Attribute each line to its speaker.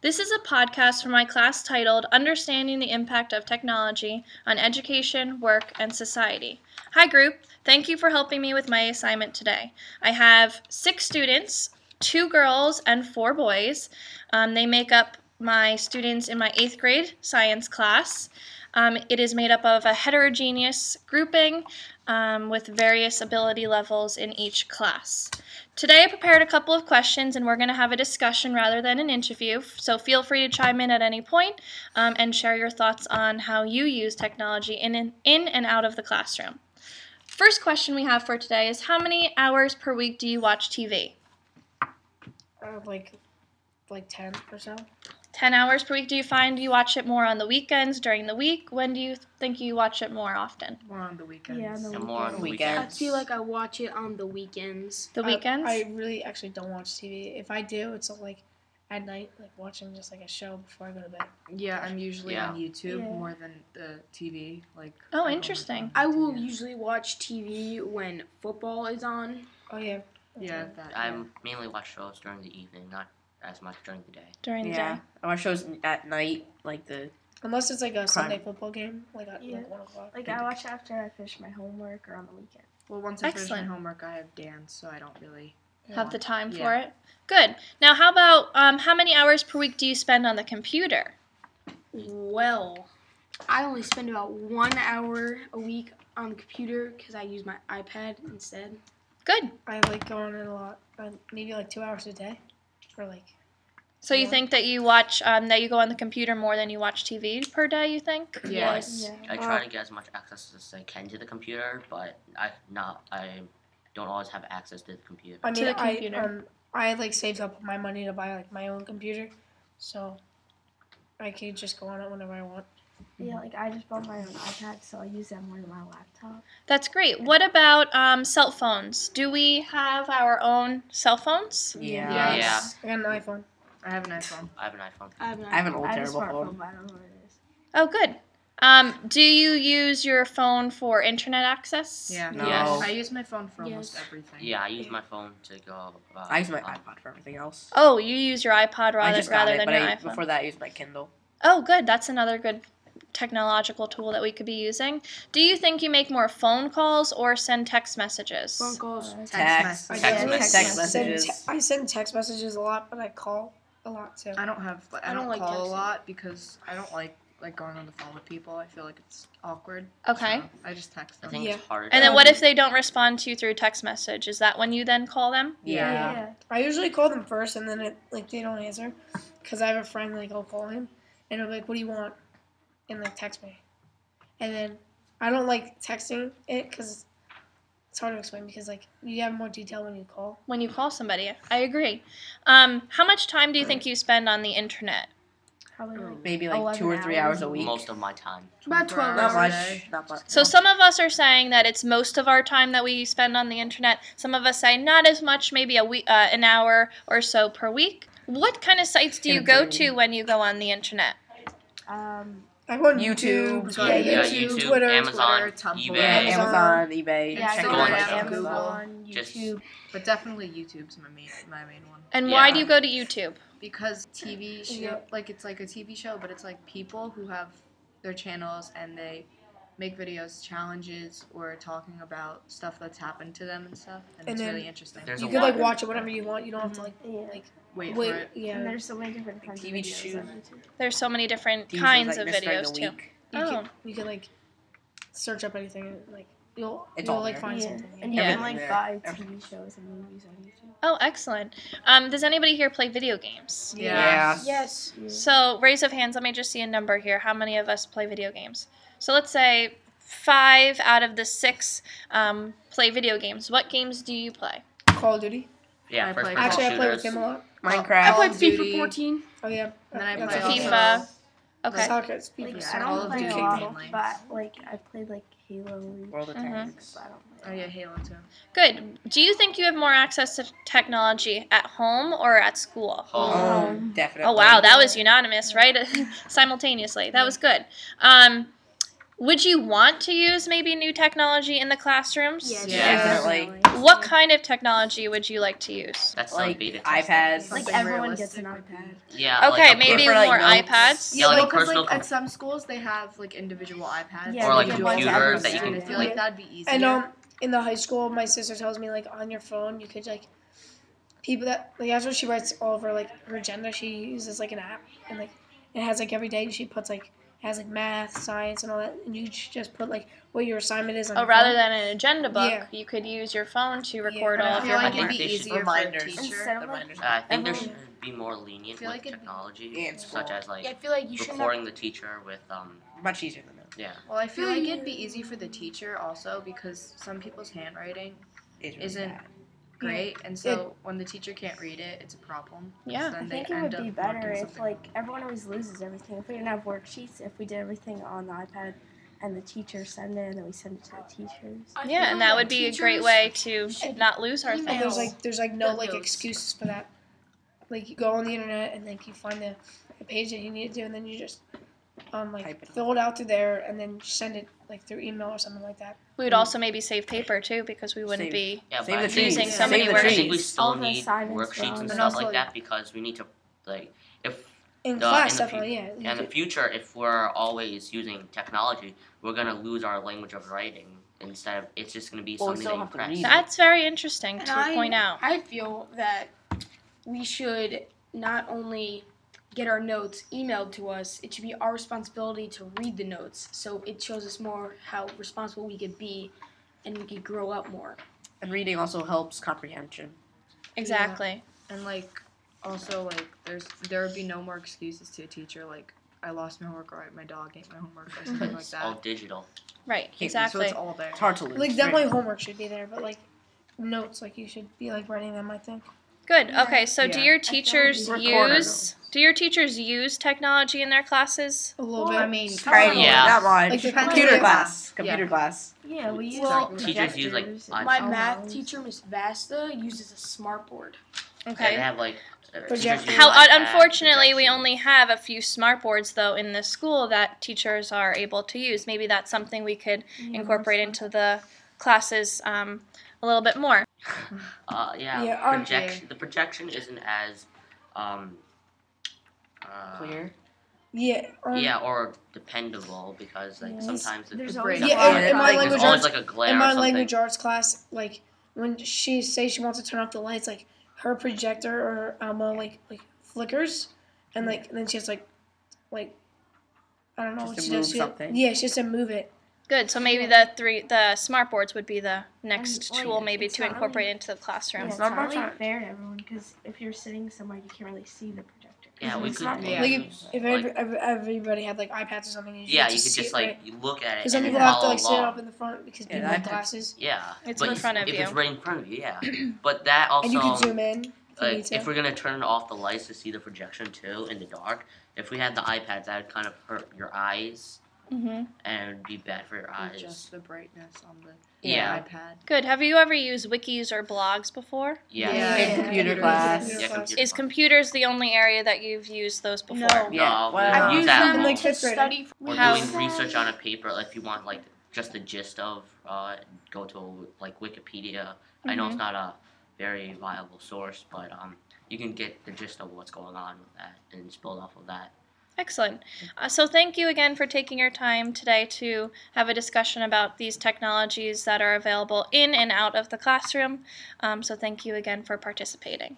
Speaker 1: This is a podcast from my class titled Understanding the Impact of Technology on Education, Work, and Society. Hi, group. Thank you for helping me with my assignment today. I have six students, two girls, and four boys. Um, they make up my students in my eighth grade science class. Um, it is made up of a heterogeneous grouping um, with various ability levels in each class. Today, I prepared a couple of questions and we're going to have a discussion rather than an interview. f- So, feel free to chime in at any point, um, and share your thoughts on how you use technology in and, in and out of the classroom. First question we have for today is How many hours per week do you watch TV?
Speaker 2: Uh, like, like ten or so.
Speaker 1: 10 hours per week. Do you find you watch it more on the weekends, during the week? When do you think you watch it more often?
Speaker 2: More on the weekends.
Speaker 3: Yeah, on the
Speaker 4: Mm-hmm.
Speaker 5: And more on
Speaker 3: weekends. I
Speaker 5: weekends.
Speaker 3: feel like I watch it on the weekends.
Speaker 1: The weekends?
Speaker 2: uh, I, really actually don't watch TV. If I do, it's like at night, like watching just like a show before I go to bed.
Speaker 6: Yeah, I'm usually
Speaker 5: Yeah.
Speaker 6: on YouTube
Speaker 3: Yeah.
Speaker 6: more than the TV. Like.
Speaker 1: Oh,
Speaker 6: I don't
Speaker 1: interesting.
Speaker 6: like
Speaker 3: I will
Speaker 6: TV.
Speaker 3: usually watch TV when football is on.
Speaker 2: Oh yeah.
Speaker 6: Yeah, that.
Speaker 5: I
Speaker 6: yeah.
Speaker 5: mainly watch shows during the evening, not as much during the day.
Speaker 1: during the
Speaker 7: Yeah,
Speaker 1: day.
Speaker 7: I watch shows at night, like the
Speaker 2: Unless it's like a Sunday football game, like at
Speaker 4: Yeah.
Speaker 2: like one o'clock.
Speaker 4: Like I watch after I finish my homework or on the weekend.
Speaker 6: Well, once I
Speaker 1: Excellent.
Speaker 6: finish my homework, I have dance, so I don't really.
Speaker 1: Have the time
Speaker 6: Yeah.
Speaker 1: for it. Good. Now, how about um, how many hours per week do you spend on the computer?
Speaker 3: Well, I only spend about one hour a week on the computer because I use my iPad instead.
Speaker 1: Good.
Speaker 2: I like go on it a lot. Uh, maybe like two hours a day, or like
Speaker 1: So you
Speaker 2: Yeah.
Speaker 1: think that you watch um, that you go on the computer more than you watch TV per day? You think?
Speaker 5: Yes.
Speaker 2: Yeah.
Speaker 5: I try to get as much access as I can to the computer, but I not I don't always have access to the computer.
Speaker 2: I
Speaker 1: To
Speaker 2: mean
Speaker 1: the
Speaker 2: I
Speaker 1: computer.
Speaker 2: um I like saved up my money to buy like my own computer, so I could just go on it whenever I want.
Speaker 4: Yeah, like I just bought my own iPad, so I use that more than my laptop.
Speaker 1: That's great. What about um, cell phones? Do we have our own cell phones?
Speaker 7: yeah.
Speaker 5: Yeah.
Speaker 2: I got an iPhone.
Speaker 6: I have an iPhone.
Speaker 5: I have an iPhone.
Speaker 3: I have an
Speaker 7: I have an old
Speaker 4: I have a
Speaker 7: terrible
Speaker 4: smartphone,
Speaker 7: phone.
Speaker 4: but I don't know what it is.
Speaker 1: Oh, good. Um, do you use your phone for internet access?
Speaker 6: Yeah.
Speaker 7: No.
Speaker 5: Yes.
Speaker 6: I use my phone for almost
Speaker 3: Yes.
Speaker 6: everything.
Speaker 5: Yeah, I use my phone to go. Uh,
Speaker 7: I use my
Speaker 5: um,
Speaker 7: iPod for everything else.
Speaker 1: Oh, you use your iPod
Speaker 7: I
Speaker 1: rather,
Speaker 7: just got
Speaker 1: rather
Speaker 7: it,
Speaker 1: than
Speaker 7: but
Speaker 1: your
Speaker 7: I,
Speaker 1: iPhone.
Speaker 7: before that I used my Kindle.
Speaker 1: Oh, good. That's another good technological tool that we could be using. Do you think you make more phone calls or send text messages?
Speaker 3: Phone calls.
Speaker 6: Text,
Speaker 7: Text.
Speaker 6: messages.
Speaker 5: Text
Speaker 2: Yeah.
Speaker 5: messages.
Speaker 7: Text
Speaker 2: Send
Speaker 7: messages.
Speaker 2: te- I send text messages a lot, but I call a lot too.
Speaker 6: I don't have. Like, I,
Speaker 3: I
Speaker 6: don't,
Speaker 3: don't like
Speaker 6: call a
Speaker 3: texting.
Speaker 6: lot because I don't like like going on the phone with people. I feel like it's awkward.
Speaker 1: Okay.
Speaker 6: so I just text
Speaker 5: I
Speaker 6: them.
Speaker 5: think it's hard.
Speaker 1: And then
Speaker 7: Um,
Speaker 1: what if they don't respond to you through text message? Is that when you then call them?
Speaker 7: Yeah.
Speaker 2: I usually call them first, and then it, like they don't answer, because I have a friend like I'll call him, and i will be like, "What do you want?" and like text me, and then I don't like texting it because it's hard to explain because like you have more detail when you call.
Speaker 1: When you call somebody, I agree. Um, how much time do you think you spend on the internet?
Speaker 4: Probably like
Speaker 6: Oh.
Speaker 7: Maybe like
Speaker 4: 11
Speaker 7: two or three hours, a week.
Speaker 5: most of my time?
Speaker 3: About twelve
Speaker 7: Not
Speaker 3: hours.
Speaker 7: much.
Speaker 6: a day.
Speaker 7: Not much.
Speaker 1: So some of us are saying that it's most of our time that we spend on the internet. Some of us say not as much, maybe a week, uh, an hour or so per week. What kind of sites do you go to when you go on the internet?
Speaker 4: um
Speaker 2: I go on
Speaker 7: YouTube,
Speaker 2: YouTube, yeah,
Speaker 7: Twitter.
Speaker 5: Yeah,
Speaker 2: YouTube,
Speaker 5: YouTube,
Speaker 2: Twitter,
Speaker 5: Amazon,
Speaker 6: Twitter, Tumblr.
Speaker 5: eBay.
Speaker 7: yeah,
Speaker 2: Amazon.
Speaker 7: Amazon, eBay.
Speaker 4: yeah, I
Speaker 7: check
Speaker 4: go
Speaker 5: Go
Speaker 7: all
Speaker 4: on
Speaker 5: on
Speaker 7: that
Speaker 5: Amazon.
Speaker 7: stuff.
Speaker 4: Google,
Speaker 6: Amazon.
Speaker 4: on YouTube.
Speaker 5: Just-
Speaker 6: But definitely YouTube's my main my main one.
Speaker 1: And why
Speaker 5: Yeah.
Speaker 1: do you go to YouTube?
Speaker 6: because TV show
Speaker 2: Yeah.
Speaker 6: like it's like a TV show, but it's like people who have their channels and they make videos, challenges, or talking about stuff that's happened to them and stuff, and,
Speaker 2: And
Speaker 6: it's
Speaker 2: then
Speaker 6: really interesting.
Speaker 5: There's
Speaker 2: You
Speaker 5: a
Speaker 2: could
Speaker 5: lot
Speaker 2: like
Speaker 5: of-
Speaker 2: watch it whenever you want. You don't have to like
Speaker 4: yeah.
Speaker 2: like
Speaker 6: Mm-hmm.
Speaker 2: uh,
Speaker 6: Wait, for
Speaker 2: wait.
Speaker 6: it.
Speaker 4: and
Speaker 2: Yeah,
Speaker 4: there's so many different kinds
Speaker 7: TV
Speaker 4: of videos
Speaker 7: shows.
Speaker 4: on YouTube.
Speaker 1: There's so many different
Speaker 7: TV shows
Speaker 1: kinds
Speaker 7: like
Speaker 1: of
Speaker 7: this during the
Speaker 1: videos too.
Speaker 7: week.
Speaker 2: you
Speaker 1: Oh.
Speaker 2: can you can like search up anything and like you'll
Speaker 7: It's
Speaker 2: you'll
Speaker 7: all
Speaker 2: like
Speaker 7: there.
Speaker 2: find
Speaker 4: yeah.
Speaker 2: something.
Speaker 4: And you
Speaker 1: Yeah.
Speaker 4: can like
Speaker 7: Everything
Speaker 4: buy
Speaker 7: there.
Speaker 4: TV shows and movies on YouTube.
Speaker 1: Oh, excellent. Um, does anybody here play video games?
Speaker 7: Yeah.
Speaker 3: Yes.
Speaker 1: So, raise of hands, let me just see a number here. How many of us play video games? So, let's say five out of the six um, play video games. What games do you play?
Speaker 2: Call of Duty.
Speaker 5: Yeah,
Speaker 6: I
Speaker 5: first
Speaker 6: play-
Speaker 5: person
Speaker 2: Actually, I play with
Speaker 5: shooters.
Speaker 2: him a lot.
Speaker 7: Minecraft.
Speaker 3: I
Speaker 6: Call
Speaker 3: played
Speaker 6: of
Speaker 3: FIFA
Speaker 6: Duty.
Speaker 3: 14.
Speaker 2: Oh yeah.
Speaker 6: And then I
Speaker 2: That's
Speaker 6: play
Speaker 2: awesome.
Speaker 6: also-
Speaker 1: FIFA. Okay.
Speaker 2: Soccer, it's FIFA.
Speaker 4: Like
Speaker 6: Yeah,
Speaker 4: I
Speaker 6: Call
Speaker 4: don't
Speaker 6: of
Speaker 4: play a
Speaker 6: Duty
Speaker 4: lot,
Speaker 6: mainly.
Speaker 4: but like I played like Halo. and-
Speaker 7: World of
Speaker 1: Mhm.
Speaker 7: Tanks.
Speaker 4: But I don't
Speaker 6: Oh
Speaker 4: play.
Speaker 6: yeah, Halo too.
Speaker 1: Good. Do you think you have more access to technology at home or at school?
Speaker 5: Home.
Speaker 7: Um, definitely.
Speaker 1: Oh wow, that was unanimous, right? Simultaneously, that was good. Um, Would you want to use maybe new technology in the classrooms?
Speaker 3: Yeah,
Speaker 6: Yeah.
Speaker 7: Definitely.
Speaker 1: What kind of technology would you like to use?
Speaker 5: That's
Speaker 7: Like
Speaker 5: like beta testing.
Speaker 7: iPads.
Speaker 4: Like
Speaker 6: Something
Speaker 4: everyone gets an
Speaker 6: realistic.
Speaker 4: iPad.
Speaker 5: Yeah. like
Speaker 1: Okay,
Speaker 5: a
Speaker 1: maybe
Speaker 7: for,
Speaker 5: per-
Speaker 7: like,
Speaker 1: more
Speaker 7: notes.
Speaker 1: iPads.
Speaker 5: Yeah,
Speaker 6: Yeah,
Speaker 5: like
Speaker 6: because
Speaker 5: personal
Speaker 6: like
Speaker 5: com-
Speaker 6: at some schools they have like individual iPads
Speaker 4: Yeah,
Speaker 5: Or, like,
Speaker 6: a
Speaker 5: a computer that you can-
Speaker 6: I feel like that'd be easier.
Speaker 2: And um, in the high school, my sister tells me like on your phone you could like people that like after she writes all of her like her agenda, she uses like an app and like it has like every day she puts like it has like math, science, and all that, and you j- just put like what your assignment is on.
Speaker 1: Oh,
Speaker 2: your
Speaker 1: rather
Speaker 2: phone.
Speaker 1: than an agenda book,
Speaker 2: Yeah.
Speaker 1: you could use your phone to record
Speaker 6: I
Speaker 1: all of
Speaker 6: feel
Speaker 1: your
Speaker 6: like
Speaker 1: homework.
Speaker 6: it'd be
Speaker 5: They should-
Speaker 6: easier for a
Speaker 7: reminders.
Speaker 6: teacher.
Speaker 4: Instead of like,
Speaker 7: Reminders.
Speaker 5: Uh, I think there should
Speaker 4: Everyone-
Speaker 5: be more lenient
Speaker 6: feel
Speaker 5: with
Speaker 6: like it'd be-
Speaker 5: technology,
Speaker 7: And
Speaker 5: such
Speaker 7: school.
Speaker 5: as like
Speaker 3: Yeah, I feel like you shouldn't. Have,
Speaker 5: recording the teacher with um
Speaker 7: Much easier than that.
Speaker 5: yeah.
Speaker 6: Well, I feel like it'd
Speaker 4: Mm.
Speaker 6: be easy for the teacher also because some people's handwriting
Speaker 7: It's really
Speaker 6: isn't
Speaker 7: bad.
Speaker 6: great, and so when the teacher can't read it, it's a problem.
Speaker 1: Yeah.
Speaker 6: So
Speaker 4: I
Speaker 6: then
Speaker 4: think
Speaker 6: they
Speaker 4: it would
Speaker 6: end
Speaker 4: be
Speaker 6: up
Speaker 4: better
Speaker 6: wanting
Speaker 4: if
Speaker 6: something
Speaker 4: like e everyone always loses everything. If we didn't have worksheets, if we did everything on the iPad and the teachers send it and then we send it to the teachers.
Speaker 3: I
Speaker 1: Yeah,
Speaker 3: feel
Speaker 1: and that
Speaker 3: like
Speaker 1: would be a great
Speaker 3: teachers-
Speaker 1: way to
Speaker 3: should
Speaker 1: not lose our
Speaker 3: email.
Speaker 2: And there's
Speaker 1: things.
Speaker 2: like there's like no
Speaker 6: Good
Speaker 2: like
Speaker 6: notes.
Speaker 2: excuses for that. Like you go on the internet and like you find the, the page that you need to do, and then you just um like
Speaker 7: Type it.
Speaker 2: fill it out through there, and then send it like through email or something like that.
Speaker 1: We would also maybe save paper too because we wouldn't
Speaker 7: Save.
Speaker 1: be.
Speaker 5: Yeah, but
Speaker 7: Save the
Speaker 5: I think-
Speaker 1: trees. Using so
Speaker 5: I
Speaker 1: many
Speaker 5: think- I think we
Speaker 7: worksheets.
Speaker 5: still
Speaker 4: All the
Speaker 5: need
Speaker 4: assignments were
Speaker 5: worksheets
Speaker 4: on
Speaker 5: and
Speaker 4: there.
Speaker 5: stuff
Speaker 2: And also-
Speaker 5: like that because we need to like if
Speaker 2: In
Speaker 5: No,
Speaker 2: class,
Speaker 5: in the
Speaker 2: definitely, yeah. you
Speaker 5: in the
Speaker 2: could-
Speaker 5: future if we're always using technology, we're gonna lose our language of writing instead of it's just gonna be
Speaker 7: Well, we
Speaker 5: something
Speaker 7: still
Speaker 5: that you
Speaker 7: have to
Speaker 5: press.
Speaker 7: read.
Speaker 1: That's very interesting
Speaker 3: And
Speaker 1: to
Speaker 3: I-
Speaker 1: point out.
Speaker 3: I feel that we should not only get our notes emailed to us, it should be our responsibility to read the notes. So it shows us more how responsible we could be and we could grow up more.
Speaker 7: And reading also helps comprehension.
Speaker 1: Exactly.
Speaker 6: And like, also like, there's there would be no more excuses to a teacher like I lost my homework or my dog ate my homework or something like
Speaker 5: It's all
Speaker 6: that.
Speaker 5: digital.
Speaker 1: Right.
Speaker 7: so
Speaker 6: So
Speaker 1: Exactly.
Speaker 6: it's all there.
Speaker 7: It's hard to lose.
Speaker 2: Like
Speaker 7: right?
Speaker 2: definitely homework should be there, but like notes, like you should be like writing them. I think.
Speaker 1: Good.
Speaker 3: Yeah.
Speaker 1: Okay. So do
Speaker 6: Yeah.
Speaker 1: your teachers
Speaker 7: we record
Speaker 1: use? Do your teachers use technology in their classes?
Speaker 2: A little
Speaker 4: Well,
Speaker 2: bit.
Speaker 6: I mean,
Speaker 7: Right,
Speaker 5: Yeah.
Speaker 7: Not much.
Speaker 2: Like the
Speaker 7: computer
Speaker 6: computer
Speaker 7: class.
Speaker 6: class.
Speaker 7: Computer
Speaker 6: Yeah.
Speaker 7: class.
Speaker 4: Yeah, we use
Speaker 3: Well,
Speaker 4: like
Speaker 5: teachers use, like,
Speaker 4: projectors
Speaker 5: I-
Speaker 4: and
Speaker 3: My
Speaker 4: all
Speaker 3: math
Speaker 4: those.
Speaker 3: teacher, Miss Vasta, uses a smartboard.
Speaker 5: And they
Speaker 1: Okay.
Speaker 5: have like uh, teachers
Speaker 2: Project-
Speaker 5: use
Speaker 1: How
Speaker 5: iPads,
Speaker 1: unfortunately we
Speaker 5: projections.
Speaker 1: only have a few smart boards though in the school that teachers are able to use. Maybe that's something we could
Speaker 4: Yeah,
Speaker 1: incorporate
Speaker 4: most
Speaker 1: into the classes um, a little bit more.
Speaker 5: Uh, yeah.
Speaker 2: Yeah, on
Speaker 5: projection. The projection isn't as, um, uh,
Speaker 7: Clear.
Speaker 2: Yeah. Um,
Speaker 5: Yeah, or dependable because like
Speaker 4: Yeah.
Speaker 5: sometimes the,
Speaker 4: There's
Speaker 5: the
Speaker 4: always
Speaker 5: breakdown
Speaker 2: Yeah, in-
Speaker 5: is,
Speaker 2: in my
Speaker 5: like,
Speaker 2: language
Speaker 5: there's always
Speaker 2: arts-
Speaker 5: like a glare
Speaker 2: In my
Speaker 5: or something.
Speaker 2: language arts class, like when she say she wants to turn off the lights, like her projector or Alma like like flickers, and like and then she has like like I don't know
Speaker 7: Just
Speaker 2: what
Speaker 7: to
Speaker 2: she
Speaker 7: move
Speaker 2: does. She-
Speaker 7: something.
Speaker 2: Yeah, she has to move it.
Speaker 1: Good. So maybe the three the smart boards would be the next
Speaker 4: And, like,
Speaker 1: tool maybe
Speaker 4: Um, it's
Speaker 1: to
Speaker 4: not really-
Speaker 1: incorporate into the
Speaker 4: Yeah,
Speaker 1: classroom.
Speaker 4: it's
Speaker 7: not
Speaker 4: not,
Speaker 7: much
Speaker 4: really
Speaker 7: on-
Speaker 4: fair to everyone because if you're sitting somewhere, you can't really see the projector.
Speaker 5: yeah, we
Speaker 7: It's
Speaker 5: could.
Speaker 7: not
Speaker 5: yeah,
Speaker 2: Like
Speaker 5: use,
Speaker 2: if, if every, every, everybody had like iPads or something, you
Speaker 5: yeah, you
Speaker 2: just
Speaker 5: could
Speaker 2: see
Speaker 5: just
Speaker 2: it, right?
Speaker 5: like you look at
Speaker 2: 'Cause
Speaker 5: it
Speaker 2: some
Speaker 5: and then
Speaker 2: people have to
Speaker 5: follow
Speaker 2: like sit up
Speaker 5: along.
Speaker 2: in the front because
Speaker 7: Yeah,
Speaker 2: people have
Speaker 7: iPads.
Speaker 2: glasses,
Speaker 5: Yeah,
Speaker 1: It's
Speaker 5: but
Speaker 1: in
Speaker 5: if-
Speaker 1: front of
Speaker 5: if
Speaker 1: you.
Speaker 5: it's right in front of you, yeah. But that also
Speaker 2: and you could zoom in. If you need
Speaker 5: like
Speaker 2: to.
Speaker 5: if we're gonna turn off the lights to see the projection too in the dark, if we had the iPads, that would kind of hurt your eyes
Speaker 1: hmm
Speaker 5: and it would be bad for your eyes.
Speaker 6: Adjust the brightness on the
Speaker 5: Yeah.
Speaker 6: iPad.
Speaker 1: Good. Have you ever used wikis or blogs before?
Speaker 5: Yeah.
Speaker 2: Yeah.
Speaker 7: In computer class.
Speaker 5: Yeah,
Speaker 2: Yeah.
Speaker 5: computer
Speaker 1: Is
Speaker 5: class.
Speaker 1: computers the only area that you've used those before?
Speaker 3: No.
Speaker 5: No,
Speaker 7: Yeah,
Speaker 5: we
Speaker 7: well-
Speaker 5: don't
Speaker 7: I've
Speaker 5: use
Speaker 7: used
Speaker 5: that
Speaker 2: them in,
Speaker 5: much.
Speaker 2: like, fifth grade.
Speaker 3: study for
Speaker 5: or
Speaker 1: How-
Speaker 5: doing research on a paper like if you want like just the gist of uh, go to like wikipedia i know it's not a very viable source but um, you can get the gist of what's going on with that and just build off of that
Speaker 1: Excellent. Uh, so, thank you again for taking your time today to have a discussion about these technologies that are available in and out of the classroom. Um, so, thank you again for participating.